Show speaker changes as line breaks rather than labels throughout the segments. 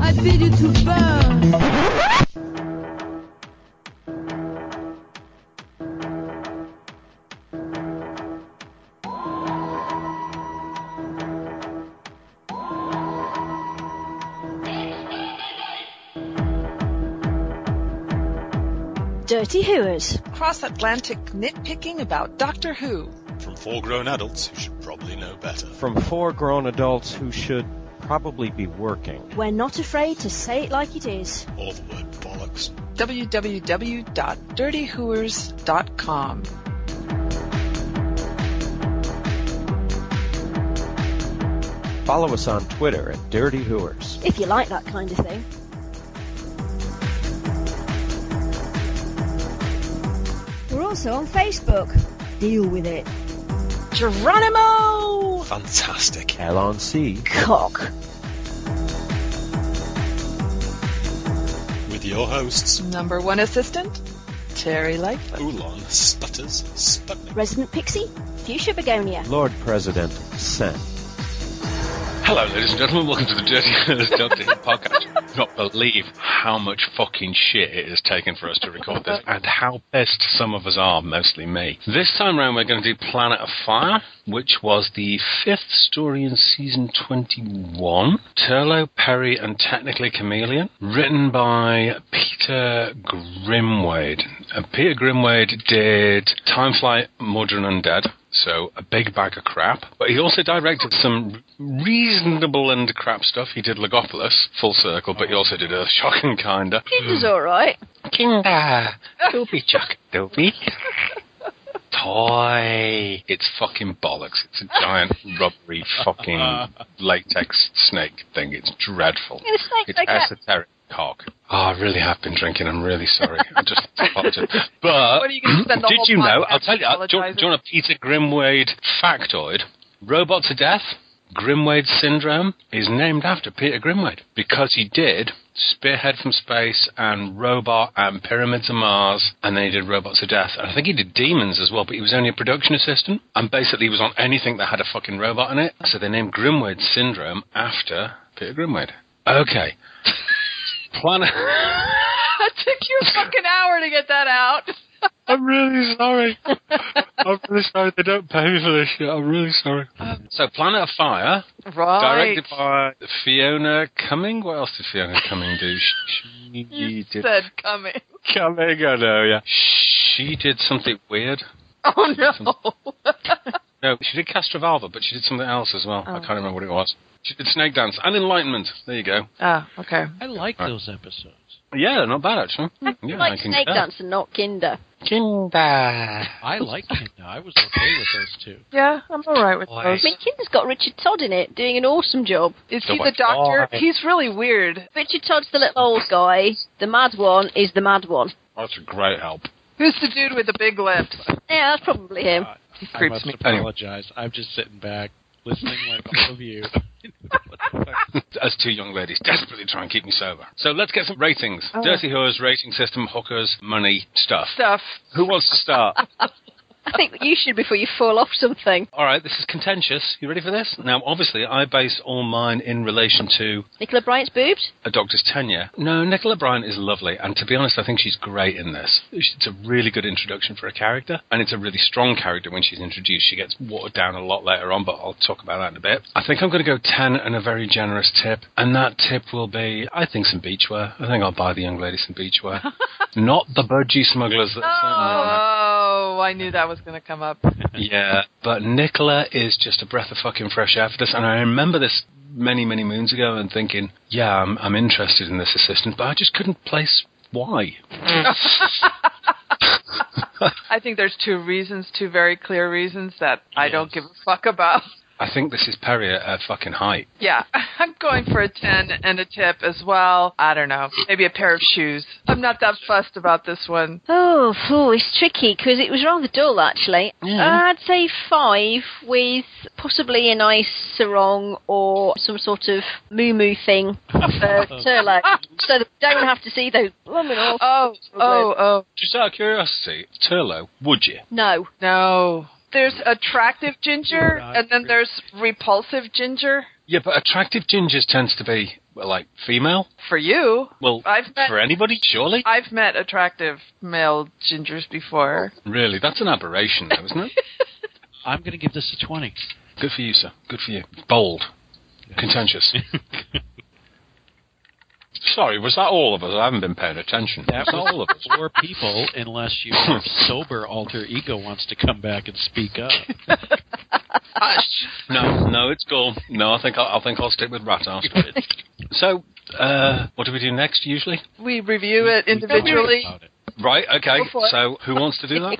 I bid you to burn.
Dirty Hooers.
Cross Atlantic nitpicking about Doctor Who.
From four grown adults who should probably know better.
From four grown adults who should probably be working.
We're not afraid to say it like it is.
Or the word bollocks.
www.dirtyhooers.com.
Follow us on Twitter at Dirty Hooers.
If you like that kind of thing. We're also on Facebook. Deal with it.
Geronimo!
Fantastic.
L on C.
Cock.
With your hosts,
Number one assistant, Terry Lightfoot.
Uh,
Ulan Stutters Sputnik.
Resident Pixie. Fuchsia Begonia.
Lord President Sen.
Hello, ladies and gentlemen. Welcome to the Dirty Earners Doctor Who podcast. I cannot believe how much fucking shit it has taken for us to record this, and how best some of us are, mostly me. This time round, we're going to do Planet of Fire, which was the fifth story in season 21. Turlo, Perry, and Technically Chameleon, written by Peter Grimwade. And Peter Grimwade did Time Flight, Modern Undead. So a big bag of crap. But he also directed some reasonable and crap stuff. He did Legopolis, Full Circle, but he also did Earthshock and Kinda.
Kinder's alright.
Kinda! Doopy chuck, doopy. Toy. It's fucking bollocks. It's a giant rubbery fucking latex snake thing. It's dreadful.
It's like
It's
like a-
esoteric cock. Oh, I really have been drinking. I'm really sorry. I just apologize. But
What are you gonna spend the
did
whole
you know?
podcast
I'll tell you. uh, Do you, want- do you want a Peter Grimwade factoid? Robot to death. Grimwade syndrome is named after Peter Grimwade because he did Spearhead from Space and Robot and Pyramids of Mars, and then he did Robots to Death. And I think he did Demons as well, but he was only a production assistant, and basically he was on anything that had a fucking robot in it. So they named Grimwade syndrome after Peter Grimwade. Okay. Planet.
That took you a fucking hour to get that out.
I'm really sorry. I'm really sorry. They don't pay me for this shit. I'm really sorry. Um, So, Planet of Fire,
Right.
directed by Fiona Cumming. What else did Fiona Cumming do? She
You
did
said coming.
Cumming. I know, yeah. She did something weird.
Oh no.
No, she did Castrovalva, but she did something else as
Oh.
well. I can't remember what it was. She did Snake Dance and Enlightenment. There you go.
Ah, okay.
I like
Right.
those episodes.
Yeah, they're not bad actually. Yeah,
like
I can
Snake
tell.
Dance and not Kinder.
Kinda.
I like Kinda. I was okay with those two.
Yeah, I'm all right with
Why?
those.
I mean, Kinder's got Richard Todd in it, doing an awesome job.
Is
So
he the
much
doctor?
why?
He's really weird.
Richard Todd's the little old guy. The mad one is the mad one.
Oh, That's a great help.
Who's the dude with the big lips?
Yeah, that's probably him.
He
I
creeps
must
me.
apologize. I'm just sitting back, listening like all of you.
as two young ladies desperately try and keep me sober. So let's get some ratings.
Oh.
Dirty whores, rating system, hookers, money, stuff.
Stuff.
Who wants to start?
I think you should before you fall off something.
All right, this is contentious. You ready for this? Now, obviously, I base all mine in relation to
Nicola Bryant's boobs?
a doctor's tenure. No, Nicola Bryant is lovely, and to be honest, I think she's great in this. It's a really good introduction for a character, and it's a really strong character when she's introduced. She gets watered down a lot later on, but I'll talk about that in a bit. I think I'm going to go 10 and a very generous tip, and that tip will be I think some beachwear. I think I'll buy the young lady some beachwear. Not the budgie smugglers that certainly are.
Oh, I knew that was going to come up.
Yeah, but Nicola is just a breath of fucking fresh air for this. And I remember this many, many moons ago and thinking, yeah, I'm, I'm interested in this assistant, but I just couldn't place why.
I think there's two reasons, two very clear reasons that I don't give a fuck about.
I think this is Perry at her fucking height.
Yeah, I'm going for a 10 and a tip as well. I don't know. Maybe a pair of shoes. I'm not that fussed about this one.
Oh, phew, it's tricky because it was rather dull actually.
Mm.
I'd say five with possibly a nice sarong or some sort of moo moo thing for Turlough, so that we don't have to see those Uh, blooming awful.
Oh, oh, oh,
Just out of curiosity, Turlo, would you?
No,
no. There's attractive ginger, and then there's repulsive ginger.
Yeah, but attractive gingers tends to be well, like female.
For you,
Well,
I've met-
for anybody, surely.
I've met attractive male gingers before.
Really, that's an aberration, though, isn't it?
I'm going to give this a 20.
Good for you, sir. Good for you. Bold, contentious. Sorry, was that all of us? I haven't been paying attention.
That
was
was
all of us.
Four people, unless your sober alter ego wants to come back and speak up.
No, no, it's cool. No, I think I'll, I think I'll stick with rat ass. so, uh, what do we do next? Usually,
We review
Mm-hmm.
it individually.
About it.
right? Okay.
Go for it.
So, who wants to do that?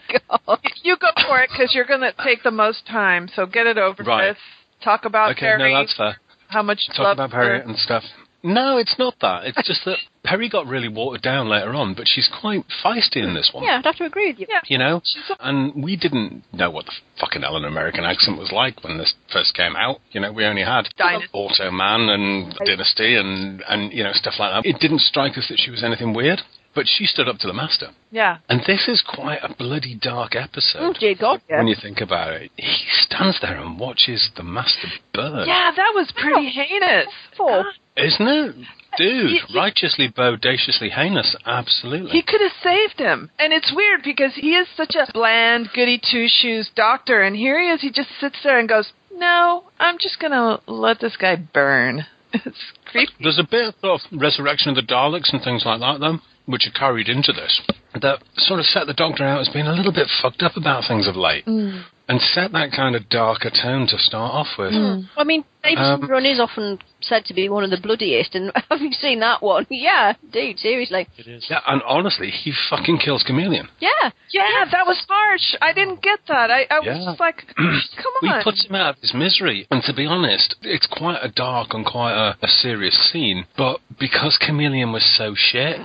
You go for it because you're going to take the most time. So get it over
Right.
with. Talk about
okay,
Perry.
no, that's fair.
how much
Talk
love
about Perry and stuff. No, it's not that. It's just that Perry got really watered down later on, but she's quite feisty in this one.
yeah, I'd have to agree with you.
You know, and we didn't know what the fucking Ellen American accent was like when this first came out. You know, we only had
Dynasty.
Automan and Dynasty and and you know stuff like that. It didn't strike us that she was anything weird, but she stood up to the master.
Yeah.
And this is quite a bloody dark
Oh
episode
Mm,
dear God, yeah.
when you think about it. He stands there and watches the master burn.
Yeah, that was pretty heinous.
Four.
Isn't it? Dude,
He- he-
righteously, bodaciously heinous, absolutely.
He could have saved him. And it's weird because he is such a bland, goody two shoes doctor. And here he is. He just sits there and goes, No, I'm just going to let this guy burn. It's creepy.
There's a bit of, sort of resurrection of the Daleks and things like that, though, which are carried into this, that sort of set the Doctor out as being a little bit fucked up about things of late,
Mm.
and set that kind of darker tone to start off with.
Mm.
Hmm. I mean, Davidson
Um,
Run is often said to be one of the bloodiest, and having seen that one, yeah, dude, seriously,
It is.
Yeah, and honestly, he fucking kills Chameleon.
yeah,
Yeah, that was harsh. I didn't get that. I, I was
Yeah.
just like, Come
We
on.
puts him out of his misery, and to be honest, it's quite a dark and quite a, a serious scene. But because Chameleon was so shit,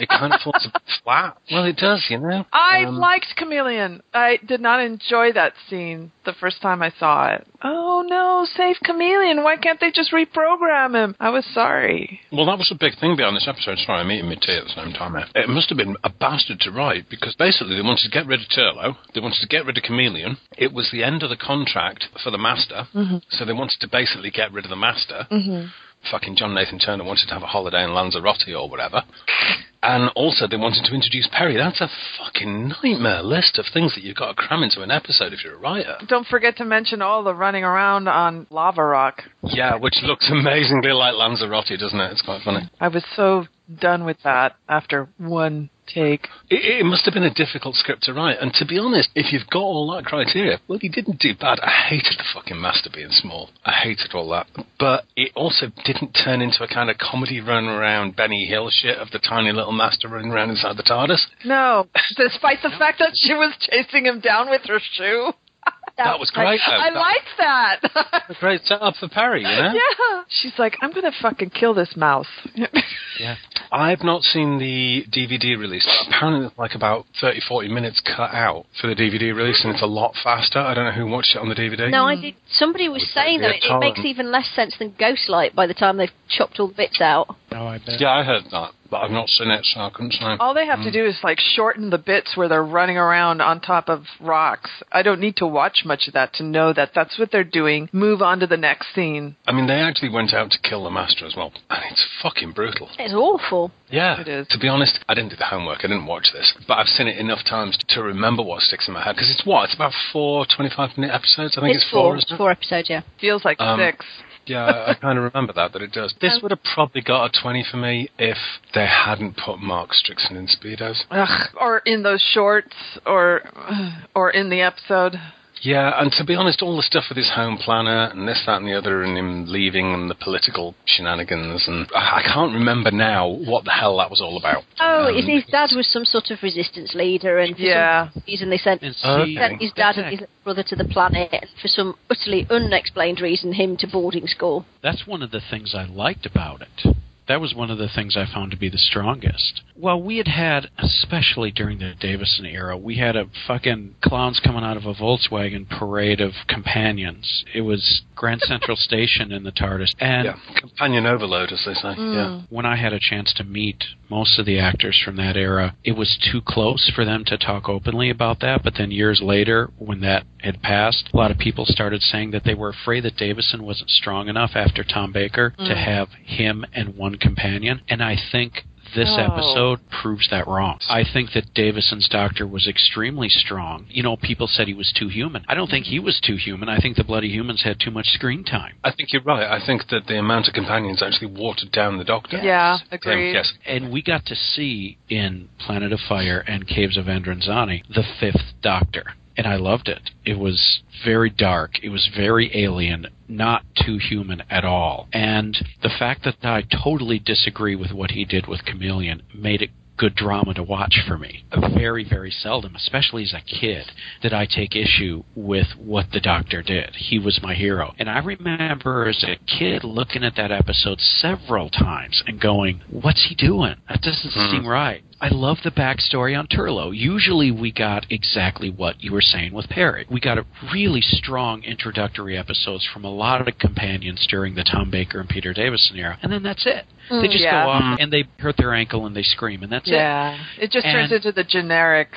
it kind of falls a bit flat. Well, it does, you know.
I
Um,
liked Chameleon. I did not enjoy that scene the first time I saw it. Oh no, save Chameleon. Why can't they just reprogram him? I was sorry.
Well, that was the big thing behind this episode. Sorry, I'm eating my tea at the same time. eh? It must have been a bastard to write because basically they wanted to get rid of Turlo, they wanted to get rid of Chameleon. It was the end of the contract for the Master, so they wanted to basically get rid of the Master. Mm-hmm. Fucking John Nathan Turner wanted to have a holiday in Lanzarote or whatever. And also, they wanted to introduce Perry. That's a fucking nightmare list of things that you've got to cram into an episode if you're a writer.
Don't forget to mention all the running around on Lava Rock.
Yeah, which looks amazingly like Lanzarote, doesn't it? It's quite funny.
I was so done with that after one take.
It, it must have been a difficult script to write. And to be honest, if you've got all that criteria, well, he didn't do bad. I hated the fucking master being small. I hated all that. But it also didn't turn into a kind of comedy run around Benny Hill shit of the tiny little master running around inside the TARDIS.
No, despite the fact that she was chasing him down with her shoe.
That was great. Though.
I
that
liked that.
was a great setup for Perry. You know,
yeah. She's like, I'm going to fucking kill this mouse.
I've not seen the DVD release. But apparently, it's like about 30, 40 minutes cut out for the DVD release, and it's a lot faster. I don't know who watched it on the DVD.
No, I did. Somebody was
Would that
saying
be Mm. a
that it, it makes
tolerant?
even less sense than Ghostlight by the time they've chopped all the bits out.
No, Oh, I bet.
Yeah, I heard that, but I've not seen it, so I couldn't say.
All they have to do is like shorten the bits where they're running around on top of rocks. I don't need to watch much of that to know that that's what they're doing. Move on to the next scene.
I mean, they actually went out to kill the master as well, and it's fucking brutal.
It's awful.
Yeah,
It is.
To be honest, I didn't do the homework. I didn't watch this, but I've seen it enough times to remember what sticks in my head. Because it's what? It's about four 25-minute episodes. I think it's,
it's four,
isn't it?
four episodes, yeah.
Feels like
Um,
six.
Yeah, I, I kind of remember that that it does. This would have probably got a twenty for me if they hadn't put Mark Strickson in speedos.
Ugh, or in those shorts, or or in the episode.
Yeah, and to be honest, all the stuff with his home planner and this, that, and the other, and him leaving and the political shenanigans, and I I can't remember now what the hell that was all about.
Oh,
Um,
his, his dad was some sort of resistance leader, and for
Yeah.
some reason they sent,
And see,
Okay.
sent his dad and his little brother to the planet, and for some utterly unexplained reason, him to boarding school.
that's one of the things I liked about it. That was one of the things I found to be the strongest. Well, we had had, especially during the Davison era, we had a fucking clowns coming out of a Volkswagen parade of companions. It was Grand Central Station in the TARDIS. And
yeah, companion overload, as they say.
Mm.
Yeah.
when I had a chance to meet most of the actors from that era, it was too close for them to talk openly about that. But then years later, when that had passed, a lot of people started saying that they were afraid that Davison wasn't strong enough after Tom Baker to have him and one companion. And I think. This
Oh.
episode proves that wrong. I think that Davison's doctor was extremely strong. You know, people said he was too human. I don't think he was too human. I think the bloody humans had too much screen time.
I think you're right. I think that the amount of companions actually watered down the Doctor.
Yeah,
Um,
agreed.
yes,
And we got to see in Planet of Fire and Caves of Androzani the fifth Doctor. And I loved it. It was very dark. It was very alien, not too human at all. And the fact that I totally disagree with what he did with Chameleon made it good drama to watch for me. Very, very seldom, especially as a kid, did I take issue with what the doctor did. He was my hero. And I remember as a kid looking at that episode several times and going, what's he doing? That doesn't
Hmm.
seem right. I love the backstory on Turlo. Usually we got exactly what you were saying with Perry. We got a really strong introductory episodes from a lot of companions during the Tom Baker and Peter Davison era. And then that's it. They just
yeah.
go off and they hurt their ankle and they scream and that's it.
yeah. It just turns
And-
into the generic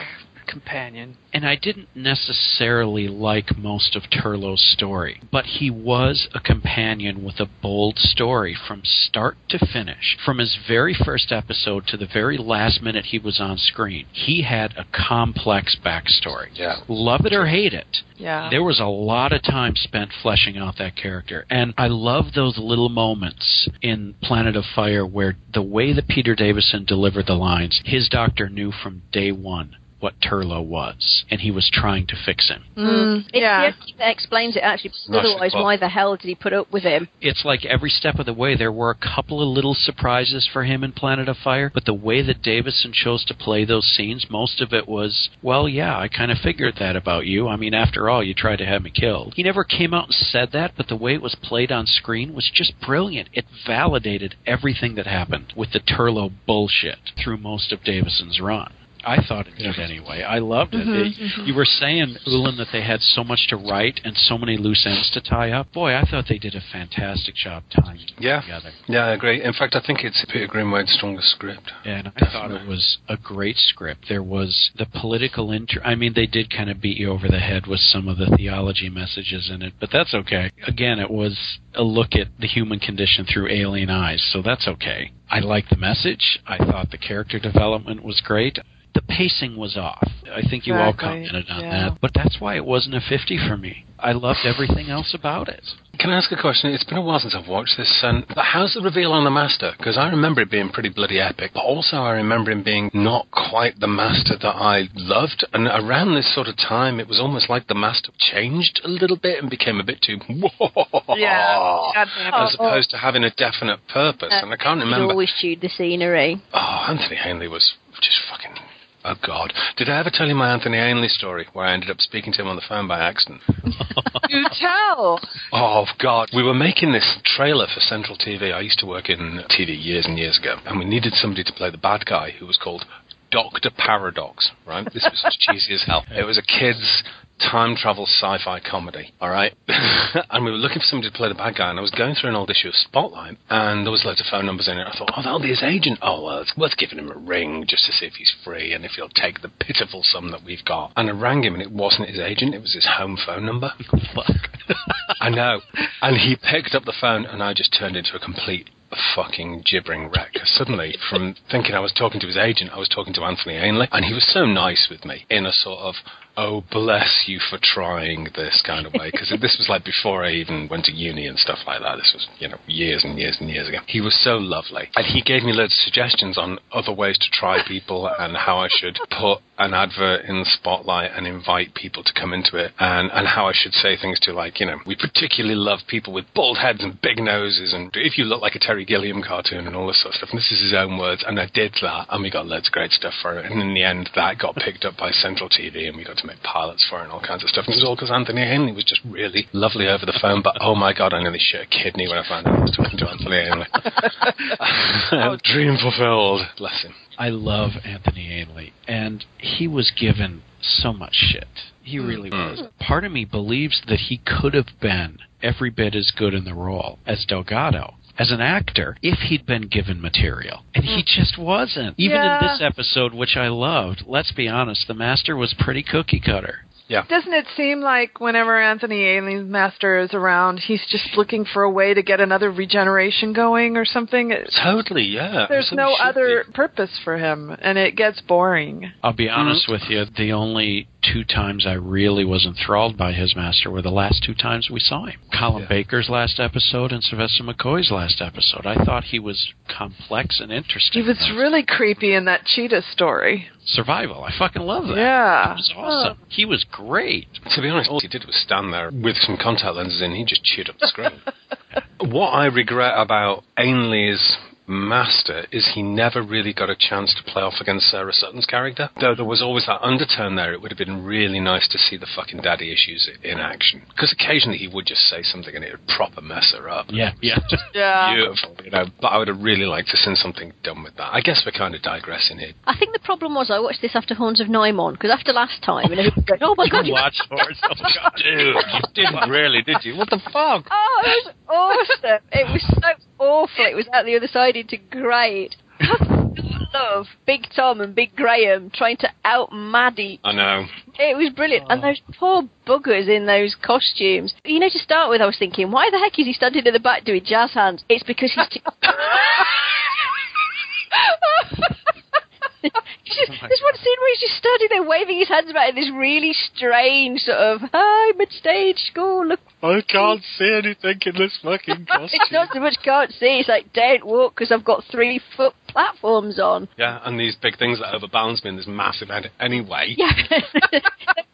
companion.
and I didn't necessarily like most of Turlo's story, but he was a companion with a bold story from start to finish. From his very first episode to the very last minute he was on screen, he had a complex backstory.
Yeah.
Love it or hate it,
Yeah.
there was a lot of time spent fleshing out that character. And I love those little moments in Planet of Fire where the way that Peter Davison delivered the lines, his doctor knew from day one what Turlo was, and he was trying to fix him.
Mm,
It's
yeah.
the only thing that explains it actually. because
Nicely
Otherwise,
put.
why the hell did he put up with him?
It's like every step of the way, there were a couple of little surprises for him in Planet of Fire, but the way that Davison chose to play those scenes, most of it was, well, yeah, I kind of figured that about you. I mean, after all, you tried to have me killed. He never came out and said that, but the way it was played on screen was just brilliant. It validated everything that happened with the Turlo bullshit through most of Davison's run. I thought it did anyway. I loved it. It- You were saying, Ulan, that they had so much to write and so many loose ends to tie up. Boy, I thought they did a fantastic job tying it
Yeah.
together.
yeah, I agree. In fact, I think it's Peter Greenwade's strongest script.
And I thought it
Definitely.
was a great script. There was the political inter. I mean, they did kind of beat you over the head with some of the theology messages in it, but that's okay. Again, it was a look at the human condition through alien eyes, so that's okay. I liked the message. I thought the character development was great. The pacing was off. I think you all
Exactly,
commented on
yeah.
that, but that's why it wasn't a 50 for me. I loved everything else about it.
Can I ask a question? It's been a while since I've watched this. Um, but how's the reveal on the Master? Because I remember it being pretty bloody epic, but also I remember him being not quite the Master that I loved. And around this sort of time, it was almost like the Master changed a little bit and became a bit too Oh.
yeah. Oh. God damn it.
as opposed to having a definite purpose. And I can't
He
remember.
always chewed the scenery.
Oh, Anthony Ainley was just fucking. Oh God! Did I ever tell you my Anthony Ainley story where I ended up speaking to him on the phone by accident?
You tell.
Oh God! We were making this trailer for Central TV. I used to work in TV years and years ago, and we needed somebody to play the bad guy who was called Doctor Paradox. Right? This was as cheesy as hell. It was a kids' time travel sci-fi comedy. All right, and we were looking for somebody to play the bad guy, and I was going through an old issue of Spotlight, and there was loads of phone numbers in it. I thought, oh, that'll be his agent. Oh, well, it's worth giving him a ring just to see if he's free and if he'll take the pitiful sum that we've got. And I rang him, and it wasn't his agent; it was his home phone number. I know. And he picked up the phone, and I just turned into a complete fucking gibbering wreck. Suddenly, from thinking I was talking to his agent, I was talking to Anthony Ainley, and he was so nice with me in a sort of. oh, bless you for trying this kind of way. Because this was like before I even went to uni and stuff like that. This was, you know, years and years and years ago. He was so lovely. And he gave me loads of suggestions on other ways to try people and how I should put an advert in the spotlight and invite people to come into it and, and how I should say things to like, you know, we particularly love people with bald heads and big noses and if you look like a Terry Gilliam cartoon and all this sort of stuff. And this is his own words. And I did that and we got loads of great stuff for it. And in the end, that got picked up by Central TV and we got to make pilots for it and all kinds of stuff. And it was all because Anthony Henley was just really lovely over the phone. But oh my God, I nearly shit a kidney when I found out I was talking to Anthony Henley. Dream fulfilled. Bless him.
I love Anthony Ainley, and he was given so much shit. He really was. Part of me believes that he could have been every bit as good in the role as Delgado. As an actor, if he'd been given material. And he just wasn't. Even
Yeah.
in this episode, which I loved, let's be honest, the master was pretty cookie cutter.
Doesn't it seem like whenever Anthony Alien's master is around, he's just looking for a way to get another regeneration going or something? It-
Totally, yeah.
There's
So we
no
should
other
be.
purpose for him, and it gets boring.
I'll be
Mm-hmm.
honest with you, the only two times I really was enthralled by his master were the last two times we saw him. Colin
Yeah.
Baker's last episode and Sylvester McCoy's last episode. I thought he was complex and interesting.
He was really creepy in that cheetah story.
survival. I fucking love that.
Yeah.
It was awesome. He was great.
To be honest, all he did was stand there with some contact lenses in. He just cheered up the screen. what I regret about Ainley's master is he never really got a chance to play off against Sarah Sutton's character. Though there was always that undertone there, it would have been really nice to see the fucking daddy issues in action. Because occasionally he would just say something and it would proper mess her up.
Yeah, yeah.
Yeah.
Beautiful, you know. But I would have really liked to see something done with that. I guess we're kind of digressing here.
I think the problem was I watched this after Horns of Nymon because after last time, and everybody went, "Oh my god,
You
you
watched Horse. Oh, God.
Dude, you didn't really, did you? What the fuck?
Oh, it was awesome. It was so awful. It was out the other side into great. Love Big Tom and Big Graham trying to out Maddie.
I know.
It was brilliant. And those poor buggers in those costumes. You know, to start with, I was thinking, why the heck is he standing in the back doing jazz hands? It's because he's. T- He's just- there's one scene where he's just standing there waving his hands about in this really strange sort of, I'm at stage school, look
I can't see anything in this fucking
it's not so much can't see. It's like don't walk because I've got three foot platforms on.
yeah, and these big things that overbalance me in this massive head anyway.
Yeah,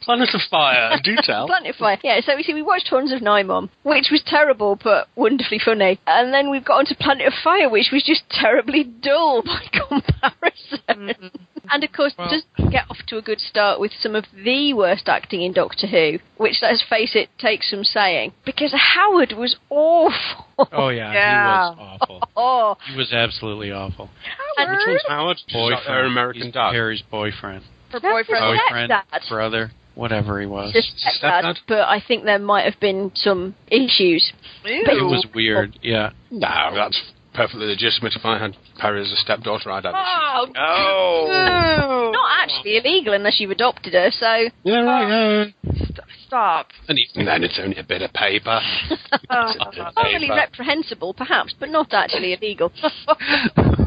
Planet of Fire, do tell.
Planet of Fire. Yeah, so we see we watched Horns of Nymon, which was terrible but wonderfully funny, and then we've got onto Planet of Fire, which was just terribly dull by comparison. And of course,
Well-
doesn't get off to a good start with some of the worst acting in Doctor Who, which let's face it takes some saying because Howard was awful.
Oh, yeah.
Yeah.
He was awful.
Oh,
He was absolutely awful.
Howard.
Which one's Howard? Her American
He's
Dad.
Harry's boyfriend.
Her
That's
boyfriend.
his
Boyfriend,
stepdad.
brother, whatever he was.
just
Is it
stepdad,
stepdad?
but I think there might have been some issues.
It was weird. Yeah.
No, that's perfectly legitimate. If I had Perry as a stepdaughter, I'd have it.
Oh,
Oh!
Ew.
not actually illegal unless you've adopted her. So
Yeah, right, yeah.
Stop.
And even then, it's only a bit of paper.
Oh.
It's a bit of
morally
paper.
reprehensible, perhaps, but not actually illegal.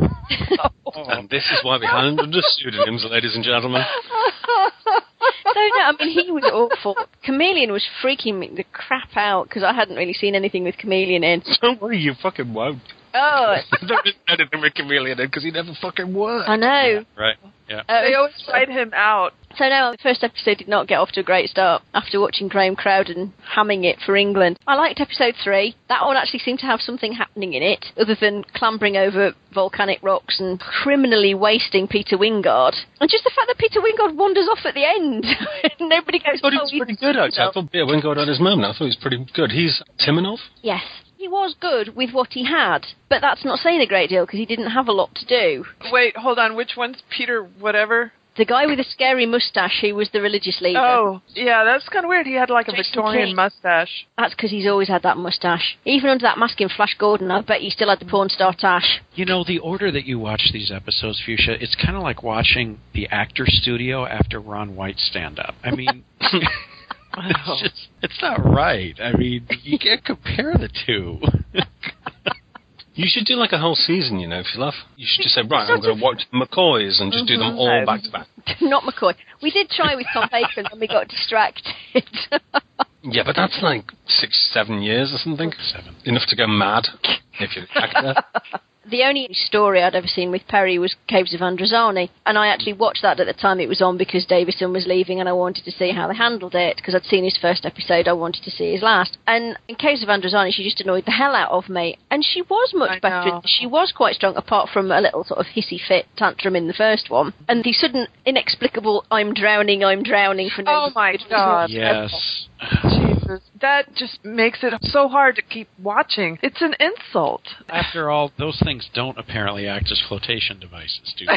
And this is why we hand them the pseudonyms, ladies and gentlemen.
So no, I mean he was awful. Chameleon was freaking me the crap out because I hadn't really seen anything with Chameleon in.
Don't worry, you fucking won't.
Oh,
there is anything with Chameleon in because he never fucking worked.
I know.
Right.
Uh,
They always write him out.
so no, the first episode did not get off to a great start after watching Graham Crowden hamming it for England. I liked episode three. That one actually seemed to have something happening in it other than clambering over volcanic rocks and criminally wasting Peter Wingard. And just the fact that Peter Wingard wanders off at the end. Nobody goes,
I thought he
"Oh,
was
he's
pretty good, actually. I thought, yeah, when God had his mum, I thought he was pretty good. He's Timonov?
Yes. He was good with what he had, but that's not saying a great deal because he didn't have a lot to do.
Wait, hold on. Which one's Peter? Whatever.
The guy with the scary mustache who was the religious leader.
Oh, yeah, that's kind of weird. He had like a
Jason
Victorian
King.
mustache.
That's because he's always had that mustache. Even under that mask in Flash Gordon, I bet he still had the porn star tash.
You know, the order that you watch these episodes, Fuchsia, it's kind of like watching the actor studio after Ron White stand up. I mean,
Oh.
it's just, it's not right. I mean, you can't compare the two.
You should do like a whole season, you know, if you love. You should just say, right, I'm
sort
going to watch McCoys and just do them all
Mm-hmm.
No.
back to back.
Not McCoy. We did try with Tom Baker and then we got distracted.
Yeah, but that's like six, seven years or something. Seven. Enough to go mad if you're an actor.
the only story I'd ever seen with Perry was Caves of Androzani, and I actually watched that at the time it was on because Davison was leaving and I wanted to see how they handled it because I'd seen his first episode, I wanted to see his last. And in Caves of Androzani, she just annoyed the hell out of me, and she was much
I
better.
know.
She was quite strong, apart from a little sort of hissy fit tantrum in the first one, and the sudden inexplicable "I'm drowning, I'm drowning" for no
Oh my
good reason.
God.
Yes.
Jesus, that just makes it so hard to keep watching. It's an insult.
After all, those things don't apparently act as flotation devices, do they?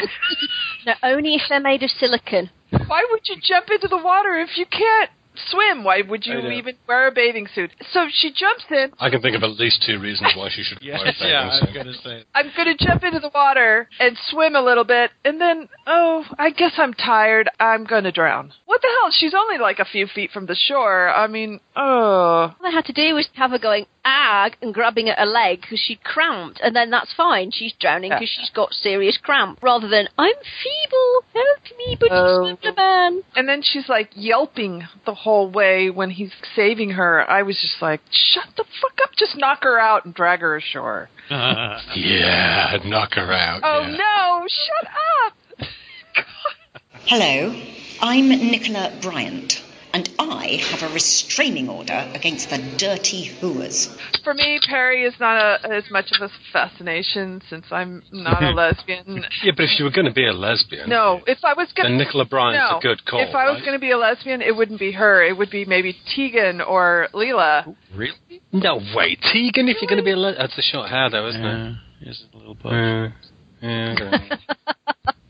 No, only if they're made of silicon.
Why would you jump into the water if you can't swim? Why would
I
you
know.
even wear a bathing suit? So she jumps in.
I can think of at least two reasons why she should wear a bathing suit.
to say.
I'm going to jump into the water and swim a little bit, and then, oh, I guess I'm tired. I'm going to drown. What the hell? She's only like a few feet from the shore. I mean, oh.
All I had to do was have her going ag and grabbing at her leg because she cramped, and then that's fine. She's drowning because she's got serious cramp, rather than I'm feeble, help me, but
Oh.
it's not a man.
And then she's like yelping the whole way when he's saving her. I was just like, shut the fuck up. Just knock her out and drag her ashore.
Yeah, knock her out.
Oh,
yeah.
no. Shut up.
Hello, I'm Nicola Bryant, and I have a restraining order against the dirty hooers.
For me, Perry is not a, as much of a fascination since I'm not a lesbian.
Yeah, but if you were going to be a lesbian,
No, if I was going
then Nicola Bryant's
no,
a good call.
If I was
right?
going to be a lesbian, it wouldn't be her. It would be maybe Tegan or Leela.
Really?
No way, Tegan. If you're going to be a lesbian, that's the short hair, though, isn't
Yeah. Here's a little book.
it? Yeah. yeah. I don't know.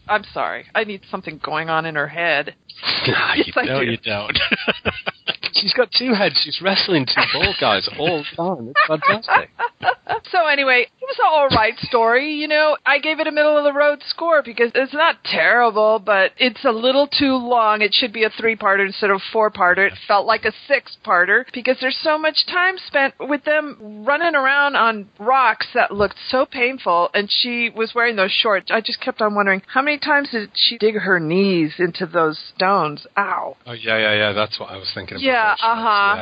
I'm sorry. I need something going on in her head.
Nah, you
Yes, I
don't.
do.
You don't. She's got two heads. She's wrestling two bald guys all the time. It's fantastic.
So anyway, it was an all right story, you know. I gave it a middle of the road score because it's not terrible, but it's a little too long. It should be a three-parter instead of a four-parter. It felt like a six-parter because there's so much time spent with them running around on rocks that looked so painful and she was wearing those shorts. I just kept on wondering how many times did she dig her knees into those stones? Ow.
Oh yeah, yeah, yeah. That's what I was thinking about.
Yeah,
actually.
uh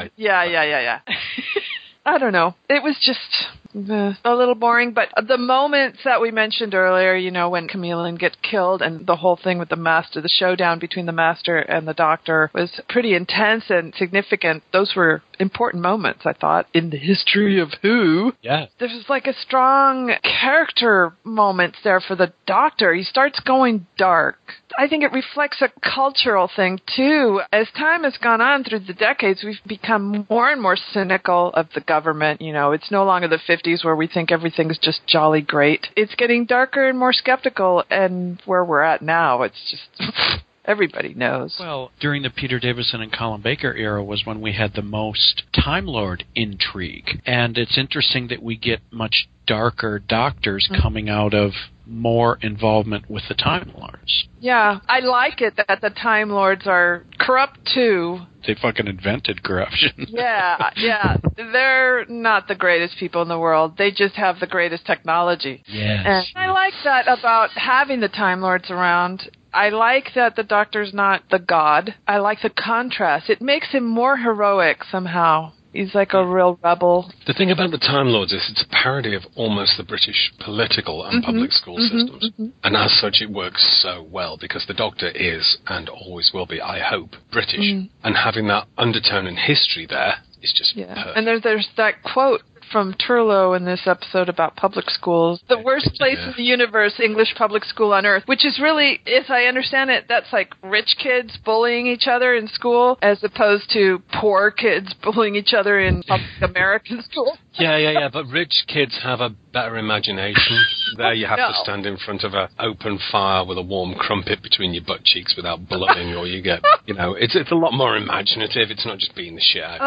huh. Yeah, yeah, yeah, yeah. I don't know. It was just uh, a little boring, but the moments that we mentioned earlier, you know, when Chameleon gets killed and the whole thing with the master, the showdown between the master and the doctor was pretty intense and significant. Those were important moments, I thought, in the history of who
Yeah.
there's like a strong character moment there for the doctor. He starts going dark. I think it reflects a cultural thing too. As time has gone on through the decades, we've become more and more cynical of the government. You know, it's no longer the 50s where we think everything's just jolly great. It's getting darker and more skeptical, and where we're at now, it's just everybody knows.
Well, during the Peter Davison and Colin Baker era was when we had the most Time Lord intrigue. And it's interesting that we get much darker doctors
Mm-hmm.
coming out of more involvement with the Time Lords.
yeah, I like it that the Time Lords are corrupt too,
They fucking invented corruption.
Yeah, uh, yeah. They're not the greatest people in the world. They just have the greatest technology. And
Yes.
I like that about having the Time Lords around. I like that the Doctor's not the god. I like the contrast. It makes him more heroic somehow. He's like a real rebel.
The thing about the Time Lords is it's a parody of almost the British political and
Mm-hmm.
public school systems. And as such, it works so well because the Doctor is, and always will be, I hope, British.
Mm.
And having that undertone and history there is just
Yeah.
perfect.
And there's there's that quote from Turlow in this episode about public schools. The worst place
Yeah.
in the universe, English public school on earth, which is really, as I understand it, that's like rich kids bullying each other in school as opposed to poor kids bullying each other in public American school.
yeah, yeah, yeah. But rich kids have a better imagination. There, you have
No.
to stand in front of an open fire with a warm crumpet between your butt cheeks without blowing, or you get, you know, it's it's a lot more imaginative. It's not just being the shit. out.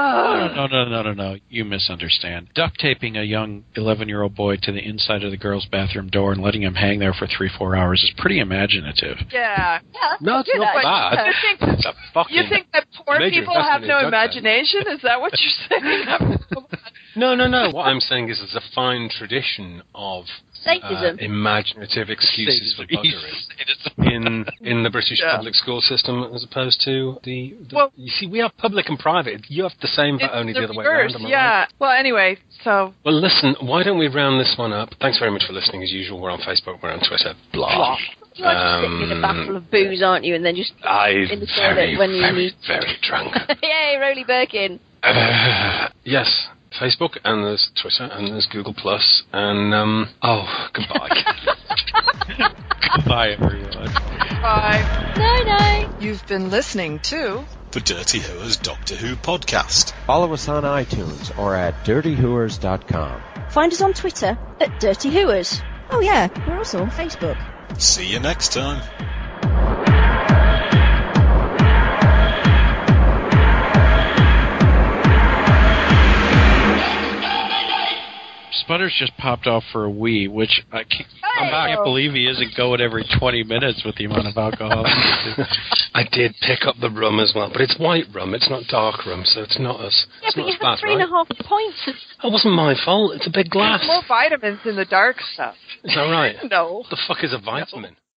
No, no, no, no, no. You misunderstand. Duck duct taping a young 11 year old boy to the inside of the girl's bathroom door and letting him hang there for three, four hours is pretty imaginative.
Yeah.
Yeah,
No, it's
do
not
that.
bad.
You think
It's Ah, a fucking.
you think that poor
Major
people have
investment in
no
duct tape.
imagination? Is that what you're saying?
no, no, no. What I'm saying is, there's a fine tradition of uh,
Sadism.
imaginative excuses for buggery
Sadism.
in in the British
Yeah.
public school system as opposed to the, the-
Well-
you see we have public and private you have the same but
It's
only the, other way
reverse,
around am I right?
yeah. Well, anyway, so
well listen why don't we round this one up thanks very much for listening as usual we're on Facebook we're on Twitter blah,
You are just sitting in a
Um,
battle of booze, aren't you? And then just In
I'm
the toilet
very
when you
very
need-
very drunk
yay, Roly Birkin.
Uh, yes Facebook and there's Twitter and there's Google Plus and um oh goodbye goodbye everyone
bye.
No, no.
You've been listening to
The Dirty Who's Doctor Who podcast.
Follow us on iTunes or at dirtyhooers.com.
Find us on Twitter at Dirty Hooers. Oh yeah, we're also on Facebook.
See you next time.
Sputters just popped off for a wee, which I can't, I
Hey!
can't believe he isn't going every 20 minutes with the amount of alcohol.
I did pick up the rum as well, but it's white rum. It's not dark rum, so it's not as
Yeah,
it's
but
not
you
as
have
bad,
three and a
right?
half points of
That wasn't my fault. It's a big glass.
more vitamins in the dark stuff.
Is that right?
No.
the fuck is a vitamin?